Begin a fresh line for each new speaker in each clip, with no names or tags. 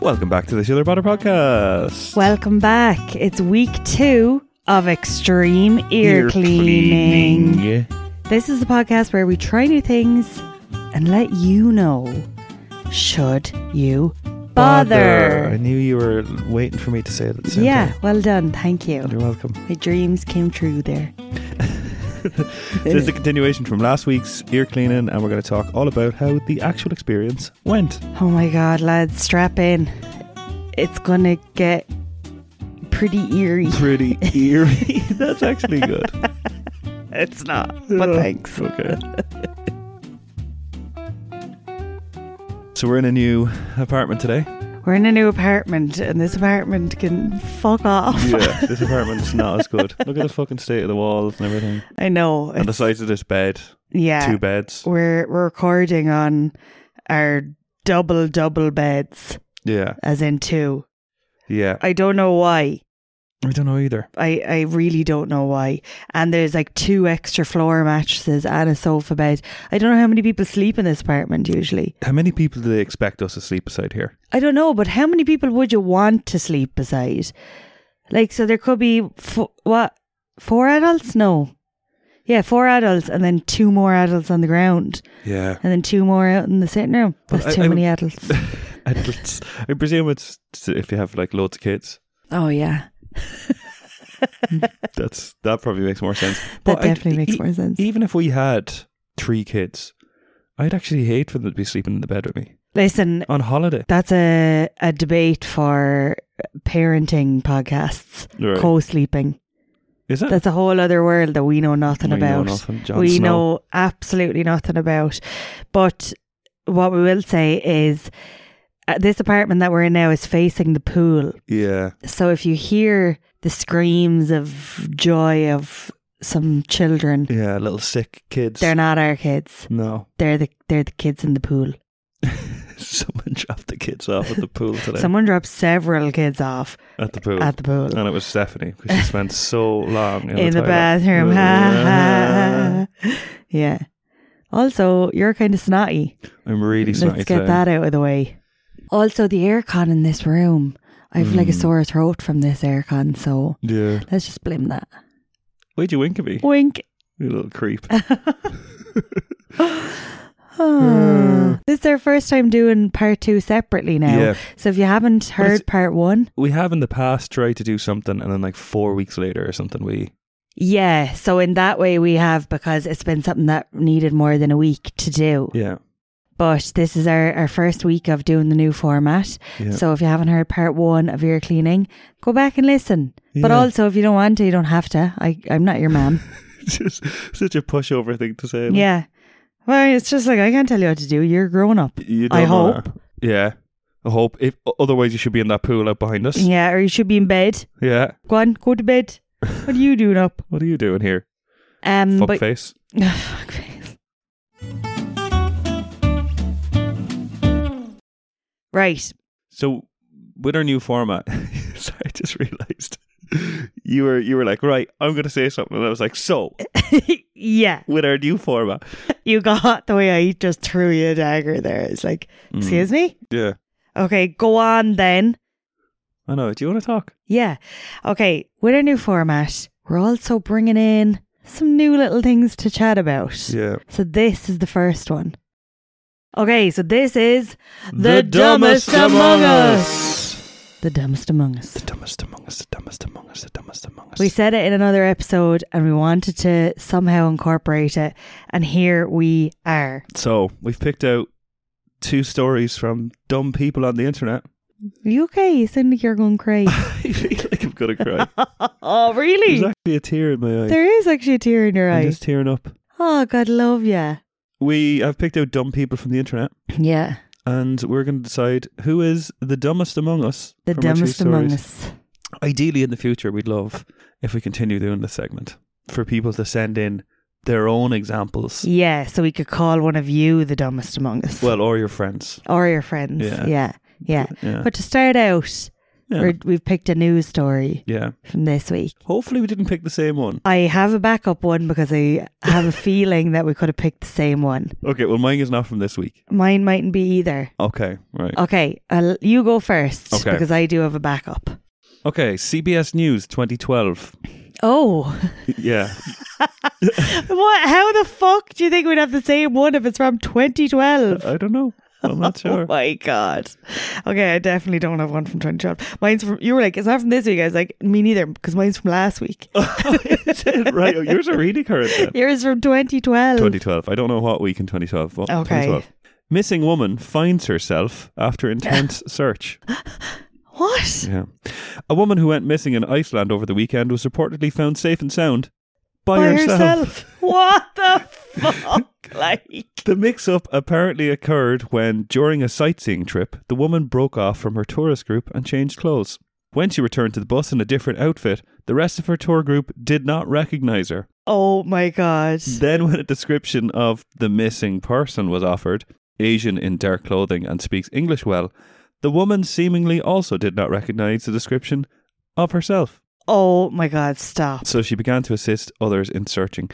Welcome back to the Shiller Butter Podcast.
Welcome back. It's week two of extreme ear, cleaning. This is the podcast where we try new things and let you know should you
I
bother.
knew you were waiting for me to say it at the same
Yeah,
time.
well done. Thank
You're
you.
welcome.
My dreams came true there.
This is a continuation from last week's ear cleaning, and we're going to talk all about how the actual experience went.
Oh my god, lads, strap in. It's gonna get pretty eerie.
Pretty eerie. That's actually good.
It's not, but thanks.
Okay. so we're in a new apartment today.
We're in a new apartment, and this apartment can fuck off.
Yeah, this apartment's not as good. Look at the fucking state of the walls and everything,
I know.
and the
it's-
size of this bed.
yeah,
Two beds.
We're we're recording on our double double beds,
Yeah,
as in two.
yeah.
I don't know why.
I don't know either.
I, I really don't know why. And there's like two extra floor mattresses and a sofa bed. I don't know how many people sleep in this apartment usually.
How many people do they expect us to sleep beside here?
I don't know, but how many people would you want to sleep beside? Like, so there could be f- what four adults? No, yeah, four adults, and then two more adults on the ground,
Yeah.
and then two more out in the sitting room.
Well,
That's
I-
too
I-
many adults.
Adults. I presume it's if you have like loads of kids.
oh yeah,
That's that probably makes more sense.
that
I-
definitely makes
e-
more sense.
Even if we had three kids, I'd actually hate for them to be sleeping in the bed with me
Listen,
on holiday.
that's a a debate for parenting podcasts.
Right.
Co-sleeping.
Is it?
That's a whole other world that we know nothing
We know
about.
nothing. Jon
we
Snow.
know absolutely nothing about. But what we will say is uh, this apartment that we're in now is facing the pool.
Yeah.
So if you hear the screams of joy of some children,
Yeah. Little sick kids.
they're not our kids.
no.
They're the they're the kids in the pool.
Someone dropped the kids off at the pool today.
Someone dropped several kids off
at the pool. Oh,
at the pool.
and it was Stephanie because she spent so long in,
in the
toilet.
bathroom. Ha, ha, ha. yeah. Also, you're kind of snotty.
I'm really snotty
Let's get
today.
that out of the way. Also, the aircon in this room. I've like a
Mm.
sore throat from this aircon, so
Yeah.
let's just blame that.
Why'd you wink at me?
Wink.
You little creep.
Ah. this is our first time doing part two separately now.
Hmm. Yeah.
So if you haven't
it's-
heard part one,
We have in the past tried to do something and then like four weeks later or something we
yeah. So in that way, we have because it's been something that needed more than a week to do.
Yeah.
But this is our, our first week of doing the new format.
Yeah.
So if you haven't heard part one of ear cleaning, go back and listen. But
Yeah.
also, if you don't want to, you don't have to. I, I'm not your man.
just such a pushover thing to say. like,
yeah. Well, it's just like, I can't tell you what to do. You're grown up.
You
I
don't wanna- Yeah. I hope if otherwise you should be in that pool out behind us.
Yeah, or you should be in bed.
Yeah.
Go on, go to bed. What are you doing up?
What are you doing here?
Um,
Fuck
but
face.
Fuckface. Right.
So with our new format, sorry, I just realized you were you were like, right, I'm gonna say something and I was like, so
yeah,
with our new format.
you got the way I just threw you a dagger there. It's like,
Mm,
excuse me?
Yeah.
Okay, go on then.
I know. Do you want to talk?
Yeah. Okay, with our new format, we're also bringing in some new little things to chat about.
Yeah.
So this is the first one. Okay, so this is
The dumbest among us.
The dumbest among us.
The dumbest among us, the dumbest among us, the dumbest among us.
We said it in another episode and we wanted to somehow incorporate it. And here we are.
so we've picked out two stories from dumb people on the internet.
Are you okay? You sound like you're going crazy.
I feel like I'm gonna cry.
oh,
There's
really?
actually a tear in my eye.
There is actually a tear in your
I'm
eye.
just tearing up.
Oh, God, love ya.
We have picked out dumb people from the internet,
Yeah.
and we're going to decide who is the dumbest among us.
The
from our two
dumbest among
stories.
us.
Ideally, in the future, we'd love if we continue doing this segment for people to send in their own examples.
Yeah, so we could call one of you the dumbest among us.
Well, or your friends.
or your friends.
Yeah.
Yeah. Yeah.
Yeah.
But to start out,
Yeah.
We're, we've picked a news story
Yeah.
from this week.
Hopefully, we didn't pick the same one.
I have a backup one because I have a feeling that we could have picked the same one.
Okay, well, mine is not from this week.
Mine mightn't be either.
Okay, right.
Okay, I'll, you go first
Okay.
because I do have a backup.
Okay, CBS News 2012.
Oh,
Yeah.
what? How the fuck do you think we'd have the same one if it's from 2012?
I don't know. I'm not
Oh
Uh, sure.
my god. Okay, I definitely don't have one from 2012. Mine's from, you were like, it's not from this week. I was like, me neither, because mine's from last week.
Is it? Oh, right, oh, yours are really current then.
Yours from 2012.
2012. I don't know what week in 2012. Well,
Okay.
2012. Missing woman finds herself after intense search.
What?
Yeah. A woman who went missing in Iceland over the weekend was reportedly found safe and sound by,
what the fuck? Like,
The mix up apparently occurred when, during a sightseeing trip, the woman broke off from her tourist group and changed clothes. When she returned to the bus in a different outfit, the rest of her tour group did not recognize her.
oh my god.
Then, when a description of the missing person was offered, Asian in dark clothing and speaks English well, the woman seemingly also did not recognize the description of herself.
Oh my god, stop.
So she began to assist others in searching.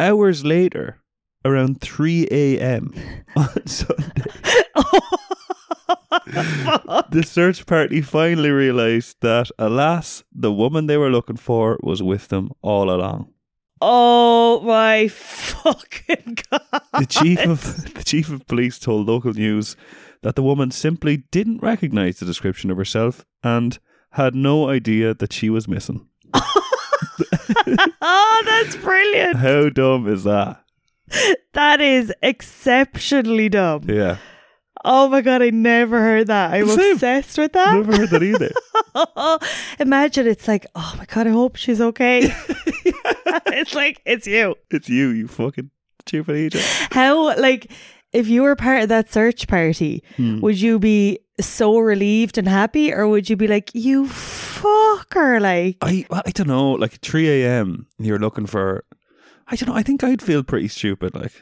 Hours later, around 3 a.m. on Sunday, the search party finally realized that, alas, the woman they were looking for was with them all along.
Oh my fucking god.
The chief of the chief of police told local news that the woman simply didn't recognize the description of herself and had no idea that she was missing.
Oh, that's brilliant.
How dumb is that?
That is exceptionally dumb.
Yeah.
Oh my god, I never heard that. I'm
Same.
obsessed with that.
Never heard that either.
Imagine it's like, oh my god, I hope she's okay. it's like it's you.
It's you, you fucking stupid idiot.
How like if you were part of that search party,
Hmm.
would you be so relieved and happy, or would you be like, you fucker, like
I I don't know, like 3 a.m. You're looking for. I don't know. I think I'd feel pretty stupid. Like,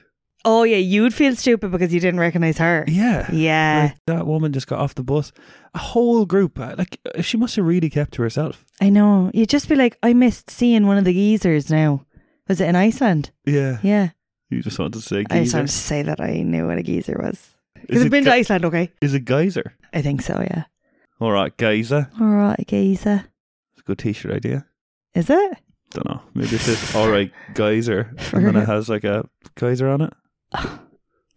oh yeah, you'd feel stupid because you didn't recognize her.
yeah,
Yeah,
Like, that woman just got off the bus. A whole group. uh, Like, uh, she must have really kept to herself.
I know. You'd just be like, I missed seeing one of the geezers. Now, was it in Iceland?
Yeah.
Yeah,
You just wanted to say
I just
geyser.
wanted to say that I knew what a geezer was.
Is
Because
it
I've been
ge-
to Iceland, okay?
Is it geyser?
I think so, yeah.
All right, geyser.
All right, geezer.
It's a good T-shirt idea.
Is it?
Don't know. Maybe it says "All right, geyser," and then it has like a geyser on it.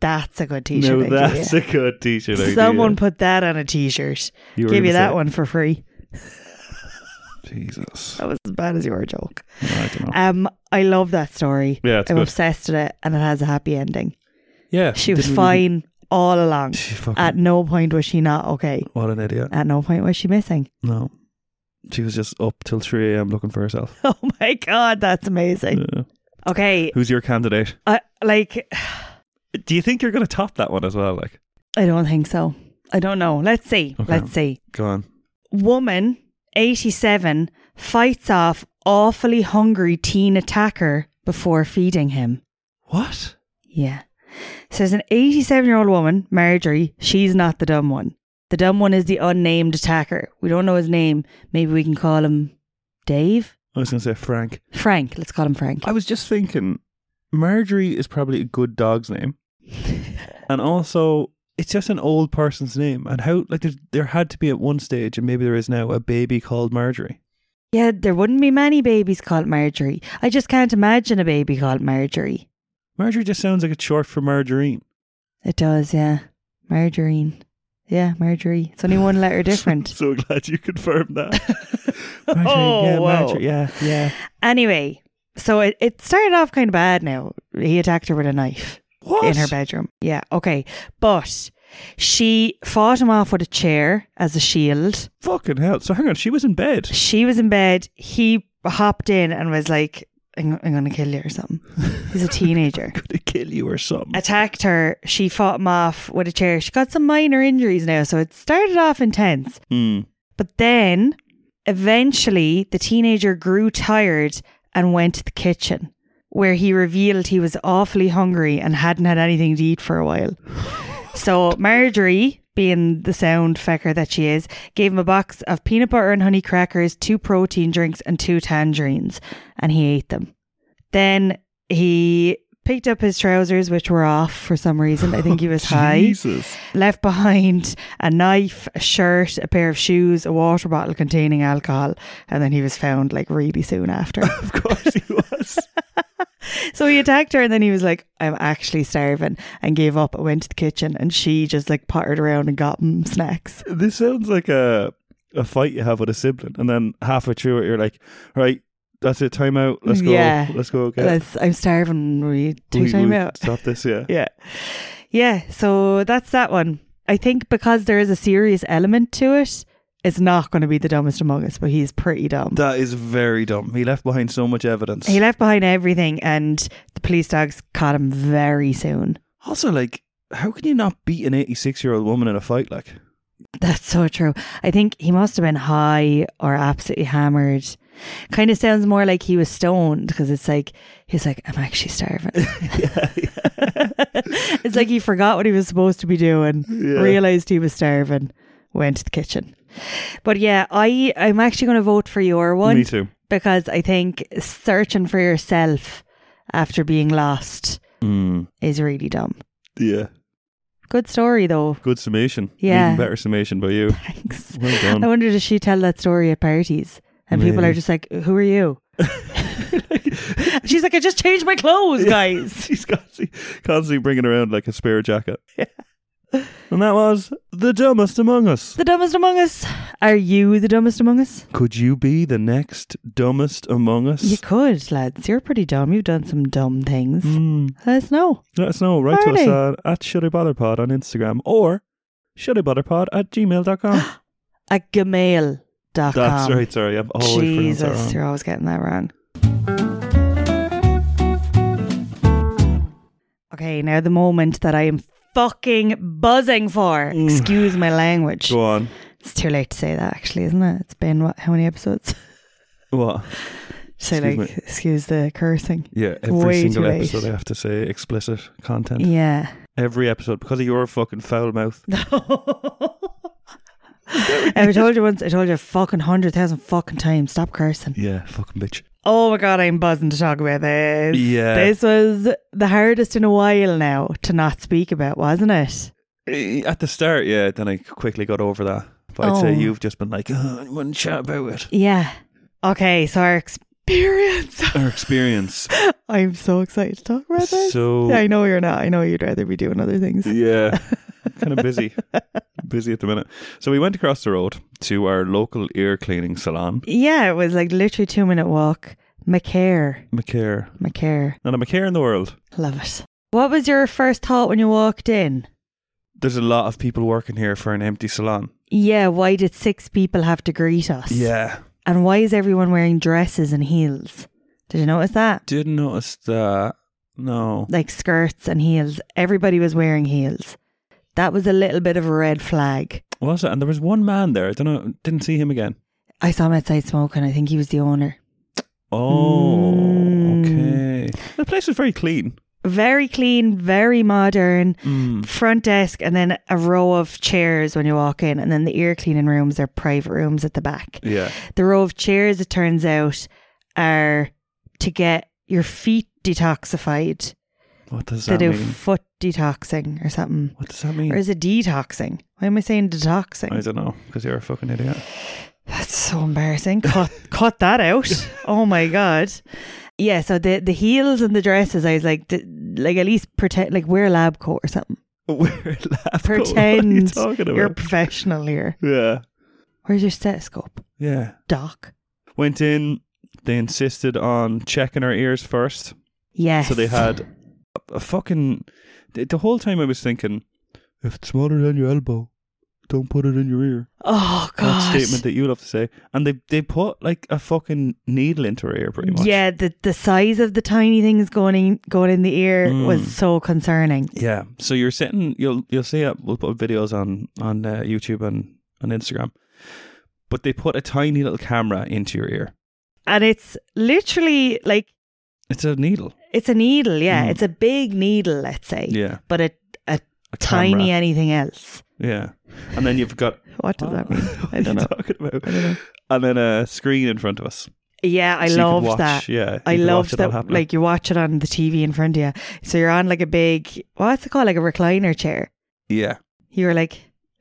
That's a good t-shirt.
no,
idea.
that's a good T-shirt idea.
Someone put that on a t-shirt.
You were
Give you
gonna
that
say-
one for free.
Jesus.
That was as bad as your joke.
No, I don't know.
Um, I love that story.
Yeah, it's
I'm
good.
obsessed with it, and it has a happy ending.
Yeah,
She was
didn't really-
fine all along.
She fucking-
At no point was she not okay.
What an idiot.
At no point was she missing.
No. She was just up till 3 a.m. looking for herself.
Oh my god, that's amazing.
Yeah.
Okay,
Who's your candidate?
I, like
Do you think you're going to top that one as well? Like,
I don't think so. I don't know. Let's see.
Okay.
Let's see.
go on.
Woman, 87, fights off awfully hungry teen attacker before feeding him.
What?
Yeah. So there's an 87 year old woman, Marjorie. She's not the dumb one. The dumb one is the unnamed attacker. We don't know his name. Maybe we can call him Dave?
I was going to say Frank.
Frank. Let's call him Frank.
I was just thinking, Marjorie is probably a good dog's name. and also, it's just an old person's name. And how, like, there's, there had to be at one stage, and maybe there is now, a baby called Marjorie.
Yeah, there wouldn't be many babies called Marjorie. I just can't imagine a baby called Marjorie.
Marjorie just sounds like it's short for margarine.
It does, yeah. Margarine. Yeah, Marjorie. It's only one letter different.
so glad you confirmed that. Marjorie,
Oh,
yeah,
wow.
Marjorie, yeah, yeah.
Anyway, so it, it started off kind of bad now. He attacked her with a knife
What?
in her bedroom. Yeah, okay. But she fought him off with a chair as a shield.
Fucking hell. So hang on, she was in bed.
She was in bed. He hopped in and was like, I'm, I'm going to kill you or something. He's a teenager.
Could it kill you or something?
attacked her. She fought him off with a chair. She got some minor injuries now, so it started off intense.
Hmm.
But then eventually the teenager grew tired and went to the kitchen where he revealed he was awfully hungry and hadn't had anything to eat for a while. So Marjorie being the sound fecker that she is, gave him a box of peanut butter and honey crackers, two protein drinks, and two tangerines, and he ate them. Then he picked up his trousers, which were off for some reason. I think he was high.
Jesus.
Left behind a knife, a shirt, a pair of shoes, a water bottle containing alcohol, and then he was found like really soon after.
Of course he was.
So he attacked her and then he was like, I'm actually starving and gave up and went to the kitchen and she just like pottered around and got him snacks.
this sounds like a a fight you have with a sibling, and then halfway through it, you're like, right, that's it, time out. Let's go.
Yeah.
Let's go. Get
That's, I'm starving. Will you take
we,
time
we
out?
Stop this. Yeah.
Yeah. Yeah. So that's that one. I think because there is a serious element to it, it's not going to be the dumbest among us, but he's pretty dumb.
That is very dumb. He left behind so much evidence.
he left behind everything and the police dogs caught him very soon.
also, like, how can you not beat an 86 year old woman in a fight? Like,
That's so true. I think he must have been high or absolutely hammered. Kind of sounds more like he was stoned because it's like he's like I'm actually starving. it's like he forgot what he was supposed to be doing,
Yeah.
realized he was starving, went to the kitchen. But yeah, I I'm actually going to vote for your one
me too.
because I think searching for yourself after being lost
Mm,
is really dumb.
yeah.
Good story though.
Good summation.
Yeah.
Even better summation by you.
Thanks.
Well
I
done.
wonder does she tell that story at parties? And people
Um,
are
Maybe.
just like, "Who are you?" She's like, "I just changed my clothes, guys."
She's constantly, constantly bringing around like a spare jacket. And that was The Dumbest Among Us.
the dumbest among us. Are you the dumbest among us?
Could you be the next dumbest among us?
You could, lads. You're pretty dumb. You've done some dumb things.
Mm,
Let us know.
let us know. Write
Really?
to us uh, at Should I Bother Pod on Instagram or Should I Bother Pod at gmail.com.
At gmail.com.
That's right. Sorry, I've always pronounced that
Jesus,
wrong.
you're always getting that wrong. Okay, now the moment that I am fucking buzzing for.
Mm.
Excuse my language.
Go on.
It's too late to say that, actually, isn't it? It's been what? How many episodes?
What?
so,
Excuse
like,
me.
excuse the cursing.
Yeah, every
Way
single
too late.
episode I have to say explicit content.
Yeah.
Every episode because of your fucking foul mouth.
I told you once. I told you a fucking hundred thousand fucking times. Stop cursing.
Yeah, fucking bitch.
Oh my god, I'm buzzing to talk about this.
Yeah.
This was the hardest in a while now to not speak about, wasn't it?
Eh, At the start, yeah, then I quickly got over that. But I'd say
Oh.
you've just been like, oh, I wouldn't chat about it.
Yeah. Okay, so our experience.
Our experience.
I'm so excited to talk about this.
so,
I know you're not. I know you'd rather be doing other things.
yeah, kind of busy. busy at the minute. So we went across the road to our local ear cleaning salon,
Yeah, it was like literally two minute walk. McCare.
McCare.
McCare.
And a McCare in the world.
Love it. What was your first thought when you walked in?
There's a lot of people working here for an empty salon.
Yeah, why did six people have to greet us?
Yeah.
And why is everyone wearing dresses and heels? Did you notice that?
Didn't notice that. No.
Like skirts and heels. Everybody was wearing heels. That was a little bit of a red flag.
Was it? And there was one man there. I don't know. Didn't see him again.
I saw him outside smoking. I think he was the owner.
Oh,
Mm.
okay. The place was very clean.
Very clean, very modern.
Mm.
Front desk, and then a row of chairs when you walk in, and then the ear cleaning rooms are private rooms at the back.
Yeah.
The row of chairs, it turns out, are to get your feet detoxified.
What does
They
that
do
mean?
foot detoxing or something.
What does that
Or
mean?
is it detoxing? Why am I saying
I
detoxing?
don't know. Because you're a fucking idiot.
That's so embarrassing. Cut, cut that out. Oh my god. Yeah. So the the heels and the dresses, I was like, d- like at least pretend, like wear a lab coat or something.
We're laughing.
Pretend
What are you talking
You're a
about?
professional here.
yeah.
Where's your stethoscope,
Yeah.
doc?
Went in. They insisted on checking our ears first.
Yes.
So they had a, a fucking. The the whole time I was thinking, if it's smaller than your elbow, don't put it in your ear.
Oh
That
god.
statement that you love to say. And they they put like a fucking needle into her ear pretty much.
Yeah, the, the size of the tiny things going in going in the ear
Mm.
was so concerning.
Yeah. So you're sitting you'll you'll see it we'll put videos on on uh, YouTube and on Instagram. But they put a tiny little camera into your ear.
And it's literally like
It's a needle.
it's a needle, yeah.
Mm.
It's a big needle, let's say.
Yeah.
But a
A
tiny
camera.
anything else.
Yeah. And then you've got
What does that mean?
What
I don't
are you
know.
talking about?
I don't know.
And then a screen in front of us.
Yeah, I
So you could
love
watch-
that.
Yeah.
I
you could
love
watch it all
that.
happening.
Like you watch it on the TV in front of you, so you're on like a big what's it called, like a recliner chair.
Yeah.
You were like,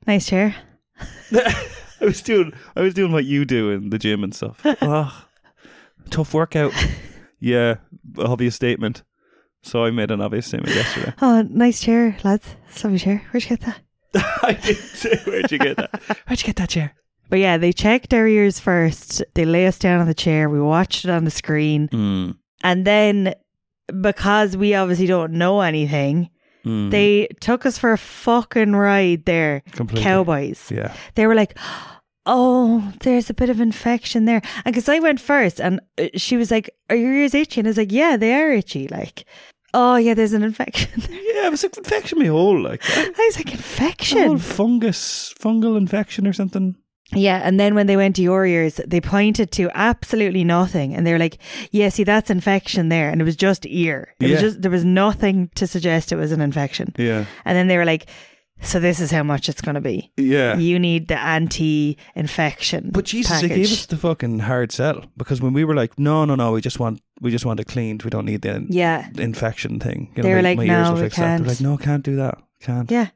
nice chair.
I was doing I was doing what you do in the gym and stuff. Ah, tough workout. Yeah, obvious statement. So I made an obvious statement yesterday.
Oh, nice chair, lads. It's a lovely chair. Where'd you get that?
I did too. Where'd you get that? Where'd you get that chair?
But yeah, they checked our ears first. They lay us down on the chair. We watched it on the screen,
Mm,
and then because we obviously don't know anything,
mm,
they took us for a fucking ride there.
completely.
Cowboys.
Yeah.
They were like, "Oh, there's a bit of infection there," and because I went first, and uh, she was like, "Are your ears itchy?" And I was like, "Yeah, they are itchy." Like, "Oh yeah, there's an infection." there."
Yeah, it was like infection me whole like
I was like,
a whole
"Infection."
fungus fungal infection or something.
Yeah, and then when they went to your ears, they pointed to absolutely nothing, and they were like, "Yeah, see, that's infection there," and it was just ear. It was
Yeah.
just there was nothing to suggest it was an infection.
Yeah.
And then they were like, "So this is how much it's going to be."
Yeah.
You need the anti-infection.
But Jesus,
package.
they gave us the fucking hard sell because when we were like, no, no, no, we just want we just want it cleaned. We don't need the
Yeah,
infection thing. You
They
know,
were
my,
like,
my ears
"No,
will
we
fix that." They
can't.
were like, no, can't do that. Can't.
yeah.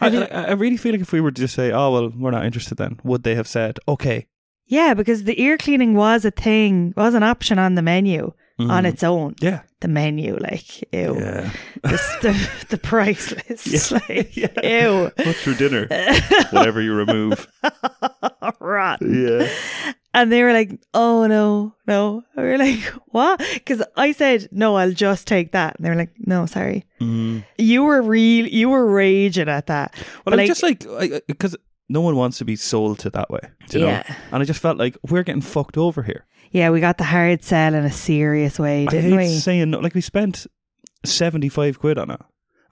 I,
I did-
I, I really feel like if we were to just say, oh, well, we're not interested then, would they have said, okay?
Yeah, because the ear cleaning was a thing, was an option on the menu on its own.
Yeah.
The menu, like, ew.
Mm-hmm. Yeah.
This- the, the price list, like, ew.
What's for dinner? Whatever you remove.
Rot.
Yeah.
And they were like, oh, no, no. And we were like, what? Because I said, no, I'll just take that. And they were like, no, sorry.
Mm.
You were real, you were raging at that.
Well,
Like-
I'm just like, because no one wants to be sold to that way. do you know?
Yeah.
And I just felt like we're getting fucked over here.
Yeah, we got the hard sell in a serious way,
I
didn't
hate
we?
saying no. Like we spent seventy five quid on it,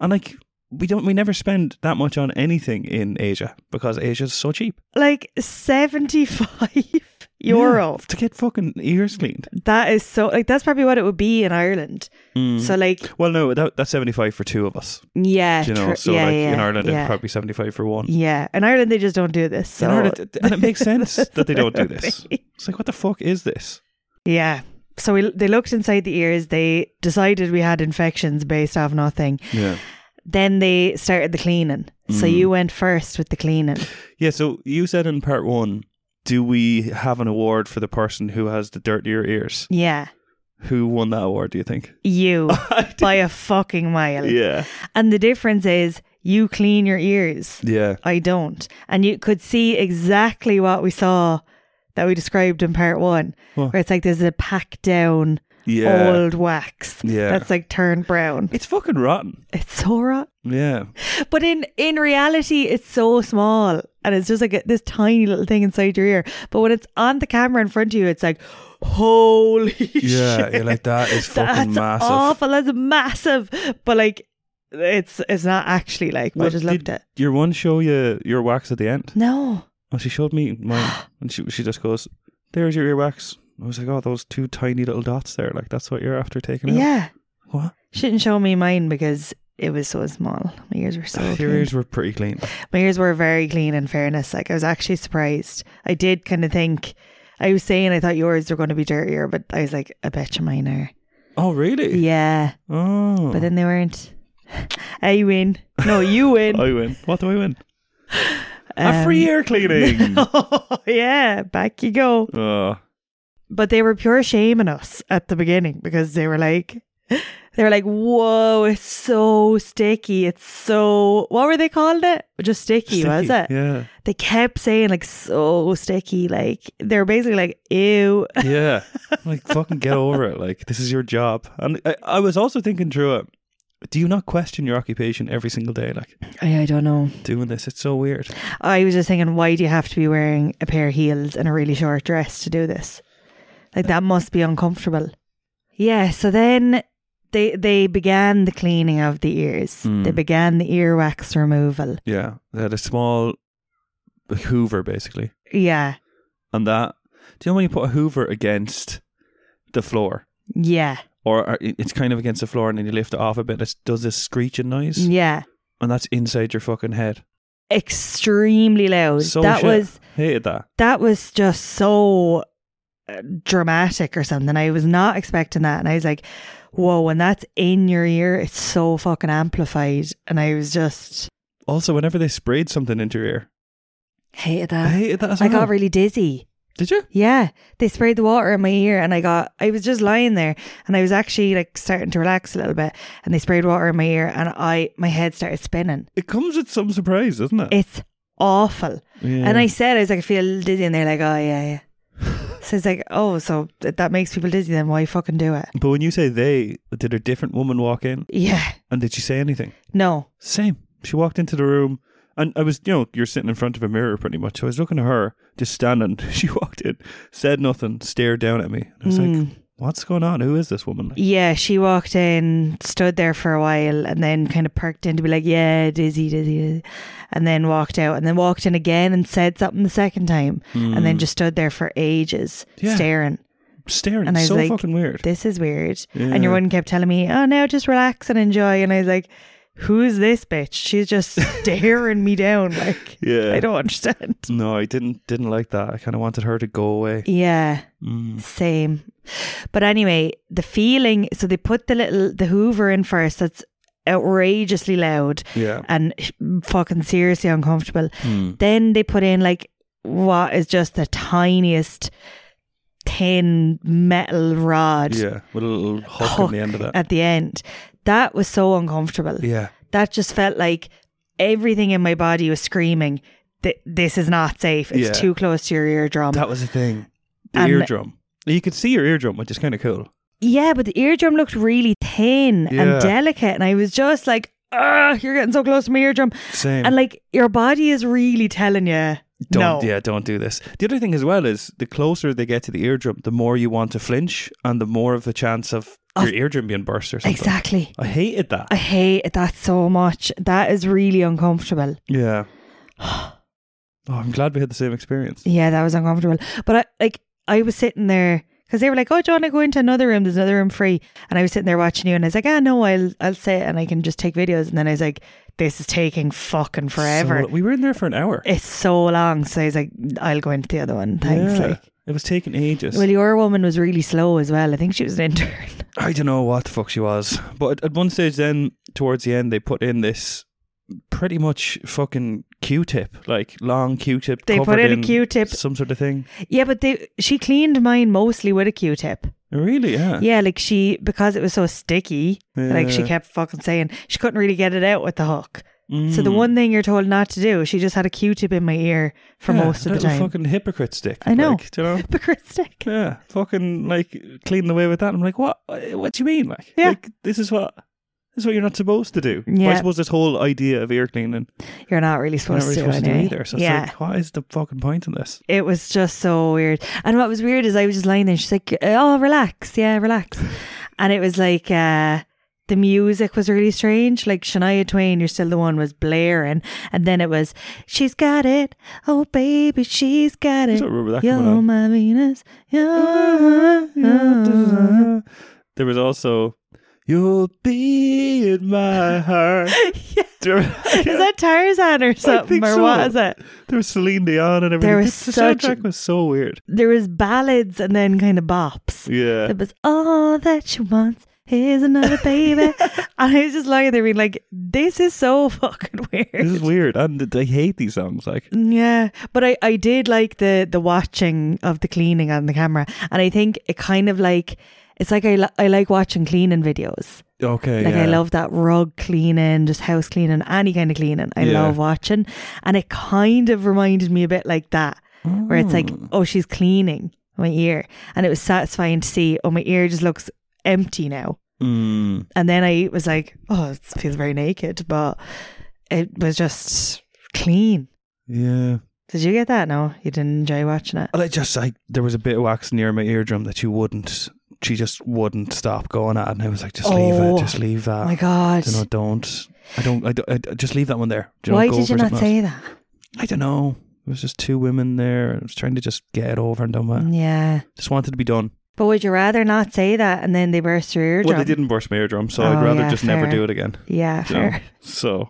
and like we don't, we never spend that much on anything in Asia because Asia's so cheap.
Like 75 euro.
Yeah, to get fucking ears cleaned.
That is so like that's probably what it would be in Ireland.
Mm.
So like
Well, no, that, that's seventy five for two of us.
yeah,
You know,
tr-
so
yeah,
like
yeah,
in Ireland,
yeah,
it's probably seventy five for one.
yeah. In Ireland, they just don't do this. So
In Ireland, and it makes sense
That's
that they don't do
what it
this.
would be.
It's like what the fuck is this?
Yeah. So we, they looked inside the ears. They decided we had infections based off nothing.
Yeah,
Then they started the cleaning. So
Mm.
you went first with the cleaning.
yeah. So you said in part one. Do we have an award for the person who has the dirtier ears?
Yeah,
Who won that award, do you think?
you by a fucking mile.
Yeah.
And the difference is you clean your ears.
Yeah.
I don't. And you could see exactly what we saw that we described in part one,
What?
where it's like there's a packed down
Yeah.
old wax
Yeah.
that's like turned brown.
It's fucking rotten.
It's so rot.
Yeah.
But in, in reality, it's so small and it's just like a, this tiny little thing inside your ear. But when it's on the camera in front of you, it's like, holy
Yeah.
shit.
You're like, that is
That's
fucking massive.
awful. That's massive. But like, it's it's not actually like, I
Well,
just
did
looked at
Your one show you your wax at the end.
No.
And she showed me mine. And she, she just goes, there's your earwax. I was like, oh, those two tiny little dots there. Like, that's what you're after taking out.
Yeah.
What?
Shouldn't show me mine because it was so small. My ears were so
your
clean.
ears were pretty clean.
My ears were very clean. In fairness, like I was actually surprised. I did kind of think. I was saying I thought yours were going to be dirtier, but I was like, I bet you mine are.
Oh, really?
Yeah,
Oh.
but then they weren't. I win. No, you win.
I win. What do I win?
Um,
a free ear cleaning.
yeah, back you go.
oh.
But they were pure shaming us at the beginning because they were like, they were like, "Whoa, it's so sticky. It's so what were they called it? Just sticky, was it?
Sticky. Yeah.
they kept saying like so sticky like they were basically like ew
Yeah. like, fucking get over it. Like, this is your job. And I, I was also thinking through it. Do you not question your occupation every single day? Like,
I, I don't know
doing this. It's so weird.
i was just thinking why do you have to be wearing a pair of heels and a really short dress to do this like that must be uncomfortable yeah so then they they began the cleaning of the ears
Mm.
they began the earwax removal
Yeah, they had a small Hoover basically,
yeah
and that. Do you know when you put a Hoover against the floor,
yeah
or or it- it's kind of against the floor, and then you lift it off a bit, it does this screeching noise,
yeah
and that's inside your fucking head.
extremely loud.
So
that
shit.
was
hated that.
that was just so uh, dramatic or something. I was not expecting that, and I was like, "Whoa!" When that's in your ear, it's so fucking amplified. And I was just
Also, whenever they sprayed something into your ear,
hated
I
that.
hated that as
I
well.
got really dizzy.
Did you?
Yeah, they sprayed the water in my ear, and I got I was just lying there, and I was actually like starting to relax a little bit, and they sprayed water in my ear, and I my head started spinning.
It comes with some surprise, doesn't it?
It's awful.
Yeah.
And I said, I was like, I feel a little dizzy, and they're like, oh yeah, yeah. so it's like, oh, so if that makes people dizzy, then why fucking do it?
But when you say they, did a different woman walk in
Yeah,
and did she say anything?
no,
Same. She walked into the room and I was, you know, you're sitting in front of a mirror pretty much. So I was looking at her, just standing. She walked in, said nothing, stared down at me. And I was
Hmm.
like, what's going on? Who is this woman?
Mm. yeah. She walked in, stood there for a while, and then kind of perked in to be like, yeah, dizzy, dizzy, dizzy. and then walked out, and then walked in again and said something the second time, and then just stood there for ages
Mm. Yeah.
staring.
Staring.
And I was
so
like,
fucking weird.
This is weird.
Yeah.
And your one kept telling me, oh, now just relax and enjoy, and I was like. Who's this bitch? She's just staring me down like
Yeah.
I don't understand.
no, I didn't didn't like that. I kind of wanted her to go away.
Yeah,
Mm.
same. But anyway, the feeling. So they put the little the Hoover in first. That's outrageously loud
Yeah.
and sh- fucking seriously uncomfortable.
Hmm.
Then they put in like what is just the tiniest thin metal rod
Yeah. With a little hook, in the end of
hook
that.
at the end. That was so uncomfortable.
yeah.
That just felt like everything in my body was screaming. "Th- This is not safe. It's
Yeah.
too close to your eardrum.
That was the thing. The
Um, And-
eardrum. You could see your eardrum, which is kind of cool.
Yeah, but the eardrum looked really thin
Yeah.
and delicate, and I was just like, "Ugh, you're getting so close to my eardrum,"
Same.
and like your body is really telling you,
Don't,
"No,
Yeah, don't do this. The other thing as well is the closer they get to the eardrum, the more you want to flinch and the more of the chance of your eardrum being burst or something.
exactly."
I hated that.
I hate that so much. That is really uncomfortable.
yeah. Oh, I'm glad we had the same experience.
Yeah, that was uncomfortable. But I like I was sitting there because they were like, "Oh, do you want to go into another room? There's another room free." And I was sitting there watching you, and I was like, "Ah, no, I'll I'll sit and I can just take videos." And then I was like, "This is taking fucking forever."
So- we were in there for an hour.
it's so long, so I was like, I'll go into the other one. Thanks.
Yeah.
Like,
it was taking ages.
Well, your woman was really slow as well. I think she was an intern.
I don't know what the fuck she was. But at, at one stage, then towards the end, they put in this pretty much fucking Q-tip, like long Q-tip.
They put
covered
in a Q-tip.
some sort of thing.
Yeah, but they she cleaned mine mostly with a Q-tip.
Really? Yeah.
Yeah, like she because it was so sticky, like
Uh.
she
Yeah.
kept fucking saying she couldn't really get it out with the hook. So the
Mm.
one thing you're told not to do, she just had a Q-tip in my ear for
Yeah,
most of the
little
time.
fucking hypocrite stick.
I know.
Like, do you know?
Hypocritic.
Yeah, fucking like cleaning away with that. I'm like, what? Uh, What do you mean? Like,
Yeah.
like this is what this is what you're not supposed to do. But I
Yeah.
suppose this whole idea of ear cleaning
You're not
you're
really
not
supposed,
really
to,
supposed to do
anyway.
either. So
eh? yeah. Uh,
it's like, what is the fucking point in this?
It was just so weird. And what was weird is I was just lying there. She's like, "Oh, relax, yeah, relax." And it was like uh, the music was really strange. Like Shania Twain, "You're Still the One" was blaring, and then it was, "She's got it, oh baby, she's got
I
it."
don't remember that coming
You're
on.
my Venus. You're
There was also you'll be in my heart.
yeah.
Do you remember-
Is that Tarzan or something,
think
or
so.
what is it?
there was Celine Dion and everything.
There
This-
was
the
such-
soundtrack was so weird.
There was ballads and then kind of bops.
Yeah,
It was all that she wants. Here's another baby. and I was just lying there being like, this is so fucking
this
weird.
is weird, and I hate these songs. Like,
Yeah, but I, I did like the the watching of the cleaning on the camera, and I think it kind of like it's like I li- I like watching cleaning videos.
okay,
Like I
yeah.
love that rug cleaning, just house cleaning, any kind of cleaning. I
Yeah.
love watching, and it kind of reminded me a bit like that, where it's
Hmm.
like, oh, she's cleaning my ear, and it was satisfying to see. Oh, my ear just looks empty now.
Mm.
And then I was like, oh, it feels very naked, but it was just clean.
Yeah.
Did you get that? No, you didn't enjoy watching it.
And I just like there was a bit of wax near my eardrum that she wouldn't she just wouldn't stop going at and I was like just leave
Oh,
it just leave that
Oh my God.
you know don't I don't I, don't, I don't- just leave that one there Do you know,
Why
go
did you
for
not
something
say that?
else. I don't know it was just two women there I was trying to just get it over and done
Mm.
with
Yeah.
just wanted to be done
But would you rather not say that and then they burst your eardrum?
well they didn't burst my eardrum so
Oh,
I'd rather
yeah,
just never
fair.
do it again
Yeah,
you know?
fair.
so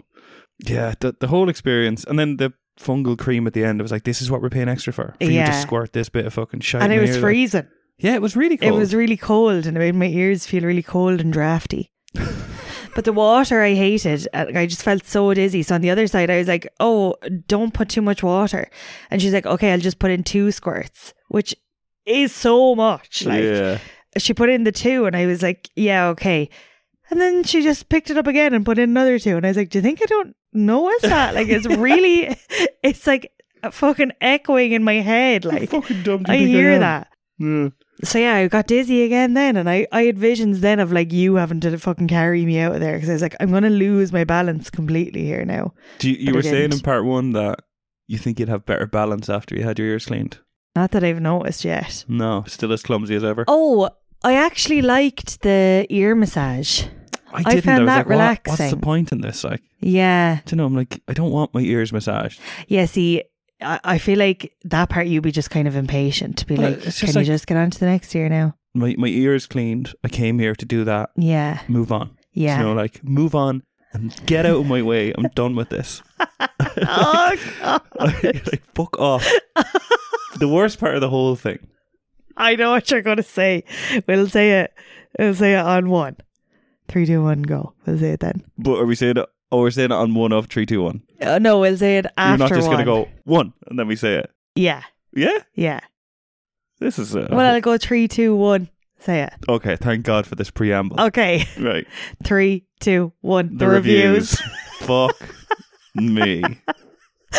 Yeah, the, the whole experience. And then the fungal cream at the end, it was like, this is what we're paying extra for. For you to
Yeah.
squirt this bit of fucking shit.
and
in
it was
here, like-
freezing.
Yeah, it was really cold.
It was really cold and it made my ears feel really cold and drafty. but the water I hated. uh, I just felt so dizzy. So on the other side, I was like, oh, don't put too much water. And she's like, okay, I'll just put in two squirts, which is so much. Like,
yeah.
she put in the two and I was like, yeah, okay. And then she just picked it up again and put in another two. And I was like, do you think I don't know it's that? Like, it's really, it's like fucking echoing in my head. Like,
fucking dumb do
I
you think
hear
am?
that.
Yeah.
So yeah, I got dizzy again then, and I, I had visions then of like you having to fucking carry me out of there because I was like, I'm gonna lose my balance completely here now.
Do you, you
But
were
I
saying in
didn't.
part one that you think you'd have better balance after you had your ears cleaned.
Not that I've noticed yet.
No, still as clumsy as ever.
Oh, I actually liked the ear massage.
I didn't.
found
was
that
like, what- what's
relaxing.
the point in this? Like,
Yeah,
do you know, I'm like, I don't want my ears massaged.
yeah. See, I, I feel like that part you'd be just kind of impatient to be
Well,
like,
it's
can
just
you
like-
just get on to the next ear now?
My my ears cleaned. I came here to do that.
Yeah,
Move on.
yeah.
You know, like move on and get out of my way. I'm done with this.
oh God.
like fuck off. the worst part of the whole thing.
I know what you're gonna say. We'll say it. We'll say it on one. Three, two, one, go. We'll say it then.
But are we saying it? Oh, we're saying it on one of three, two, one.
Uh, no, we'll say it after.
You're not just
one.
gonna go one and then we say it.
Yeah,
Yeah,
yeah.
this is uh,
Well, I'll go three, two, one. Say it.
okay. Thank God for this preamble.
Okay,
Right,
three, two, one.
the reviews. fuck me.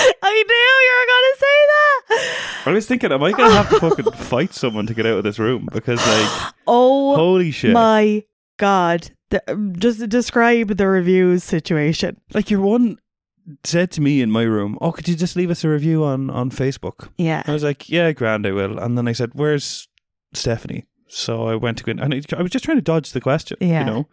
I knew you were gonna say
I
that.
was thinking, am I gonna have to fucking fight someone to get out of this room? Because like,
Oh
holy shit!
my god! The- um, just describe the reviews situation.
like your one said to me in my room, "Oh, could you just leave us a review on on Facebook?"
Yeah,
I was like, "Yeah, grand, I will." And then I said, "Where's Stephanie?" So I went to go in, and I- I was just trying to dodge the question,
Yeah.
you know.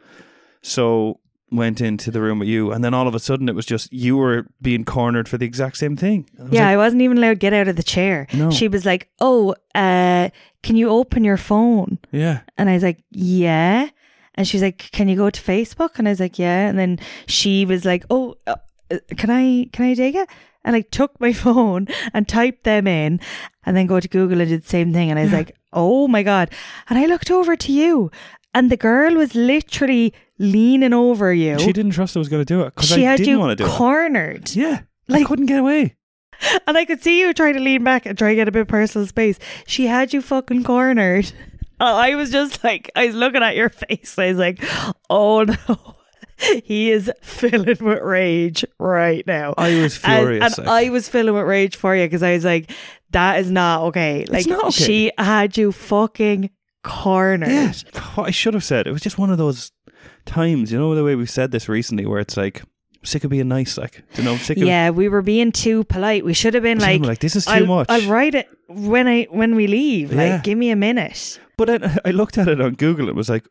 So went into the room with you, and then all of a sudden it was just you were being cornered for the exact same thing. I was
yeah.
like,
I wasn't even allowed to get out of the chair.
No.
She was like, "Oh, uh, can you open your phone?"
yeah,
And I was like, yeah. And she's like, can you go to Facebook? And I was like, yeah. And then she was like, oh, uh, uh, can I can I take it? And I took my phone and typed them in, and then go to Google and did the same thing. And I was like, oh my god! And I looked over to you, and the girl was literally leaning over you.
she didn't trust I was going to do it because
She
I
had
didn't
you
want to do
cornered,
it. Yeah, I
Like-
couldn't get away.
and I could see you trying to lean back and try to get a bit of personal space. She had you fucking cornered. I was just like, I was looking at your face. I was like, oh no, he is filling with rage right now.
I was
And,
furious.
and
like.
I was filling with rage for you because I was like, that is not okay. Like,
not okay.
she had you fucking cornered.
Yeah, what I should have said. It was just one of those times, you know, the way we've said this recently, where it's like, I'm sick of being nice, like, you know, I'm sick of.
Yeah, we were being too polite. We should have been
I'm
like,
like, this is too
I'll,
much.
I'll write it when I when we leave.
Yeah.
Like, give me a minute.
but then I looked at it on Google. It was like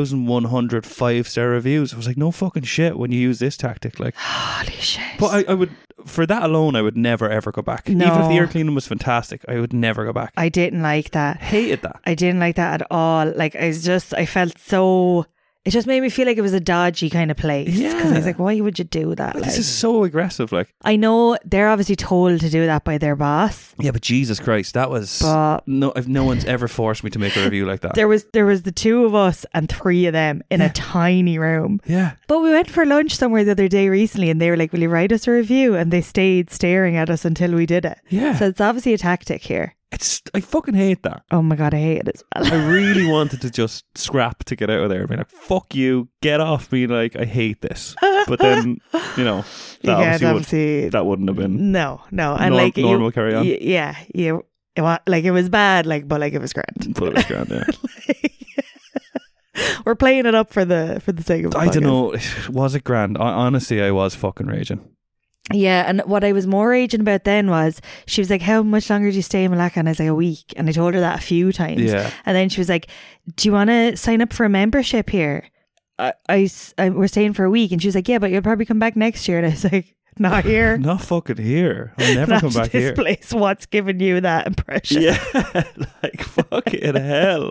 1,100 five star reviews. I was like, no fucking shit when you use this tactic. Like,
Holy shit.
but I, I would for that alone, I would never ever go back. Even if
No.
the air cleaning was fantastic, I would never go back. I
I didn't like that.
hated that.
I didn't like that at all. Like I was just, I felt so. It just made me feel like it was a dodgy kind of place. Because I
Yeah.
was like, why would you do that?
But
Like,
this is so aggressive. Like,
I know they're obviously told to do that by their boss,
yeah, but Jesus Christ, that was
but
no. If no one's ever forced me to make a review like that.
there was there was the two of us and three of them in a tiny room.
Yeah.
But we went for lunch somewhere the other day recently, and they were like, "Will you write us a review?" And they stayed staring at us until we did it.
Yeah.
So it's obviously a tactic here.
It's I fucking hate that.
Oh my god, I hate it as well.
I really wanted to just scrap to get out of there. I mean, like, fuck you, get off me. Like, I hate this. But then, you know, that
You can't
obviously would,
obviously
that wouldn't have been
No, no, and
Norm-
like you-
normal carry on.
y- yeah, you it wa- like it was bad, like but like it was grand.
but it was grand, yeah.
We're playing it up for the for the sake of. The
I don't
podcast.
know. Was it grand? I, honestly, I was fucking raging.
Yeah, and what I was more raging about then was she was like, "How much longer do you stay in Malacca?" And I was like, "A week." And I told her that a few times.
Yeah.
And then she was like, "Do you want to sign up for a membership here?" I, I, s- I- we're staying for a week, and she was like, "Yeah, but you'll probably come back next year." And I was like, "Not here.
Not fucking here. I'll never
Not
come
to
back
this
here.
place. What's giving you that impression?"
Yeah. like, fucking hell.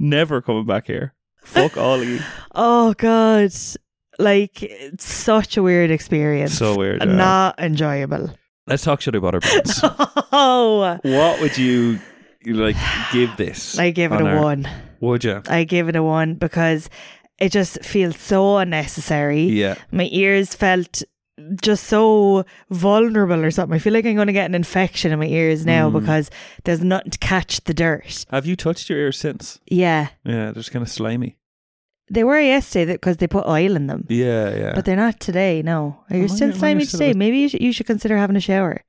Never coming back here. Fuck Ollie.
Oh God. Like, it's such a weird experience.
So weird, uh,
And
yeah.
Not enjoyable.
Let's talk shit about our bands.
Oh,
what would you like give this?
I give it
on
a
our-
one.
Would you?
I give it a one because it just feels so unnecessary.
Yeah.
my ears felt just so vulnerable or something. I feel like I'm going to get an infection in my ears now
Mm.
because there's nothing to catch the dirt.
Have you touched your ears since?
Yeah.
Yeah, they're just kind of slimy.
They were yesterday because they put oil in them,
Yeah, yeah.
but they're not today. No. You're
mine-
still
mine are
slimy
still a
today.
bit-
Maybe you should, you should consider having a shower.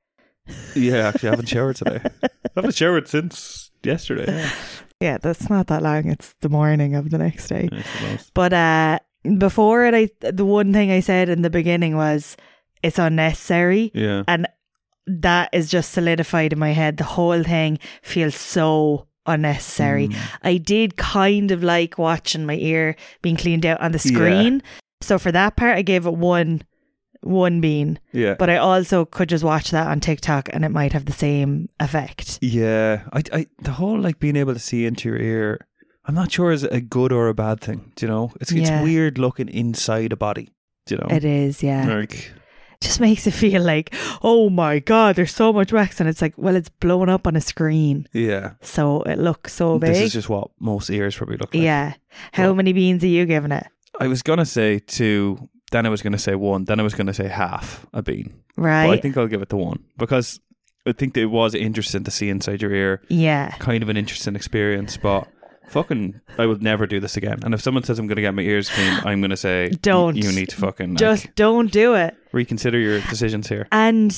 yeah, actually, I haven't showered today. I haven't showered since yesterday. Yeah,
Yeah, that's not that long. It's the morning of the next day.
I suppose.
But uh, before it, I the one thing I said in the beginning was it's unnecessary.
yeah.
that is just solidified in my head. The whole thing feels so unnecessary.
Mm.
I did kind of like watching my ear being cleaned out on the
Yeah.
screen. So for that part, I gave it one one bean.
Yeah.
But I also could just watch that on TikTok, and it might have the same effect.
Yeah, I, I, the whole like being able to see into your ear, I'm not sure is a good or a bad thing. Do you know, it's
Yeah.
it's weird looking inside a body. Do you know,
It is, yeah.
like
Just makes it feel like, oh my god, there's so much wax, and it's like, well, it's blowing up on a screen,
yeah,
so it looks so Oh, big.
this is just what most ears probably look like.
yeah. How
Well-
many beans are you giving it?
I was gonna say two, then I was gonna say one, then I was gonna say half a bean, but I
Right?
think I'll give it the one because I think that it was interesting to see inside your ear,
yeah.
kind of an interesting experience, but. Fucking, I would never do this again. And if someone says I'm going to get my ears cleaned, I'm going to say,
Don't.
You need to fucking like,
Just don't do it.
reconsider your decisions here.
And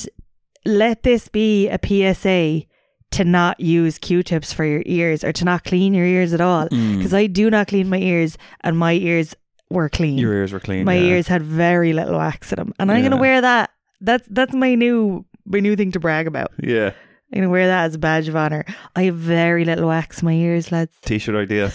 let this be a PSA to not use Q-tips for your ears or to not clean your ears at
Mm-hmm.
all. Because I do not clean my ears, and my ears were clean.
Your ears were clean.
my
yeah.
ears had very little wax in them, and I'm gonna
Yeah.
wear that. That's that's my new my new thing to brag about.
Yeah.
I'm gonna wear that as a badge of honor. I have very little wax in my ears, lads.
T-shirt idea.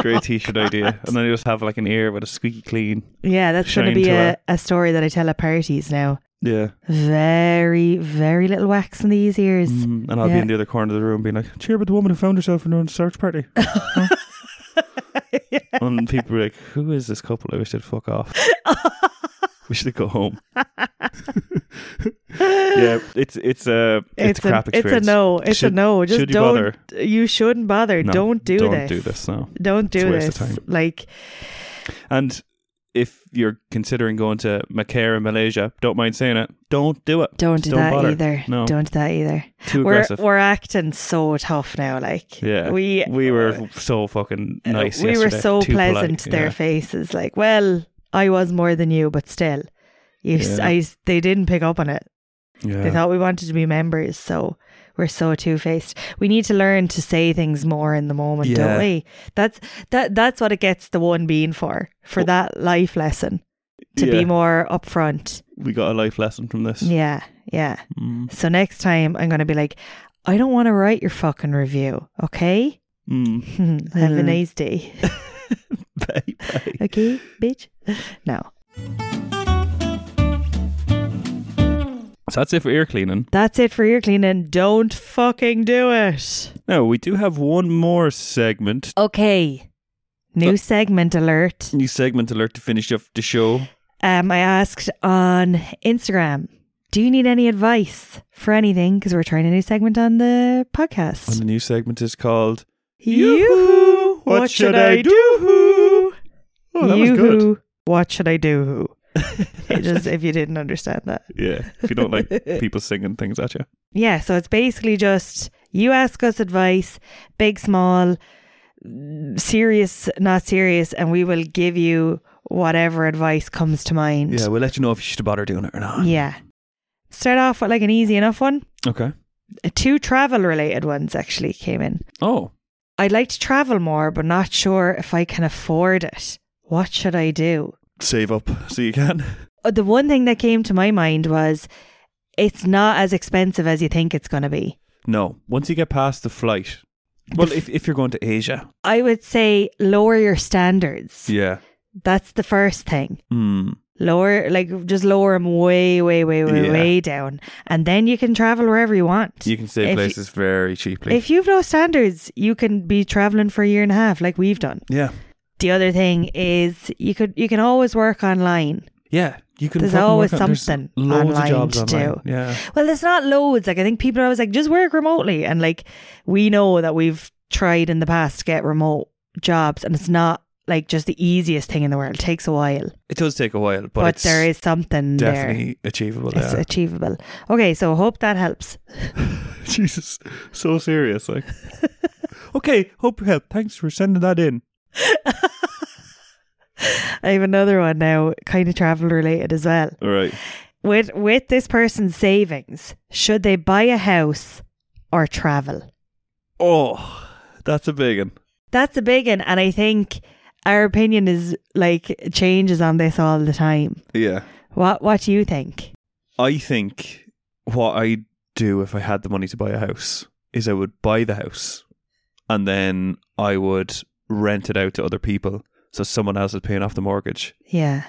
Great T-shirt
Oh,
idea. And then you just have like an ear with a squeaky clean.
Yeah, that's gonna
Shine
be
to
a,
her.
a story that I tell at parties now.
Yeah.
Very very little wax in these ears.
Mm, and I'll
Yeah.
be in the other corner of the room being like, cheer about the woman who found herself in her own search party. Huh? And people were like, who is this couple? I wish they'd fuck off. we should go home. yeah, it's it's a it's, a crap experience.
It's a no. It's
Should-
a no. Just
should you
don't.
bother?
You shouldn't bother.
No,
don't do
don't
this.
do this. No.
Don't
It's
do
a waste of
this.
time.
Like,
And if you're considering going to Macau in Malaysia, don't mind saying it. Don't do it.
don't do
Don't
that
bother.
either.
No.
Don't do that either.
Too
We're
aggressive.
we're acting so tough now. Like,
yeah,
we
we were so fucking nice.
uh, we were
yesterday.
so
Too polite,
pleasant to their
yeah.
faces. Like, well, I was more than you, but still, you, s
Yeah.
I s they didn't pick up on it.
Yeah.
They thought we wanted to be members, so we're so two faced. We need to learn to say things more in the moment,
Yeah.
don't we? That's that that's what it gets the one being for. For
Well-
that life lesson. To
Yeah.
be more upfront.
we got a life lesson from this.
Yeah, yeah.
Mm.
So next time I'm gonna be like, I don't wanna write your fucking review, okay?
Mm.
Hmm, Have a
Mm.
nice day.
Bye, bye.
okay, bitch. No.
So that's it for ear cleaning.
That's it for ear cleaning. Don't fucking do it.
No, we do have one more segment.
Okay. New segment alert.
New segment alert to finish off the show.
Um, I asked on Instagram, do you need any advice for anything? Because we're trying a new segment on the
And
podcast.
the new segment is called
Yoo-hoo,
What Should I Do? Oh, that was good.
Yoo-hoo, What should I do? It just if you didn't understand that.
Yeah, if you don't like people singing things at you.
Yeah, so it's basically just you ask us advice, big, small, serious, not serious, and we will give you whatever advice comes to mind.
Yeah, we'll let you know if you should bother doing it or not.
yeah. Start off with like an easy enough one.
Okay.
two travel related ones actually came in.
Oh,
I'd like to travel more, but not sure if I can afford it. What should I do?
save up so you can.
Uh, The one thing that came to my mind was it's not as expensive as you think it's going to be.
No, once you get past the flight. Well, if, if you're going to Asia.
I would say lower your standards.
Yeah.
That's the first thing.
Mm.
Lower, like, just lower them way, way, way, way,
Yeah.
way down. And then you can travel wherever you want.
You can stay
If
places very cheaply.
If you've no standards, you can be traveling for a year and a half, like we've done.
yeah.
The other thing is you could you can always work online.
Yeah, you can.
There's
fucking work
always
on- there's
something
loads of
online
jobs
to
online.
do.
Yeah,
Well, there's not loads. Like I think people are always like, just work remotely, and like we know that we've tried in the past to get remote jobs, and it's not like just the easiest thing in the world. It takes a while,
it does take a while, but,
but,
it's
there is something there.
definitely achievable.
It's
Yeah.
achievable. Okay, so hope that helps.
Jesus, so serious. Like, okay, hope you help. Thanks for sending that in.
I have another one now, kind of travel related as well.
All right.
With with this person's savings, should they buy a house or travel?
Oh, that's a big one.
That's a big one, and I think our opinion is like changes on this all the time.
Yeah.
What What do you think?
I think what I'd do if I had the money to buy a house is I would buy the house and then I would rent it out to other people. So someone else is paying off the mortgage
Yeah,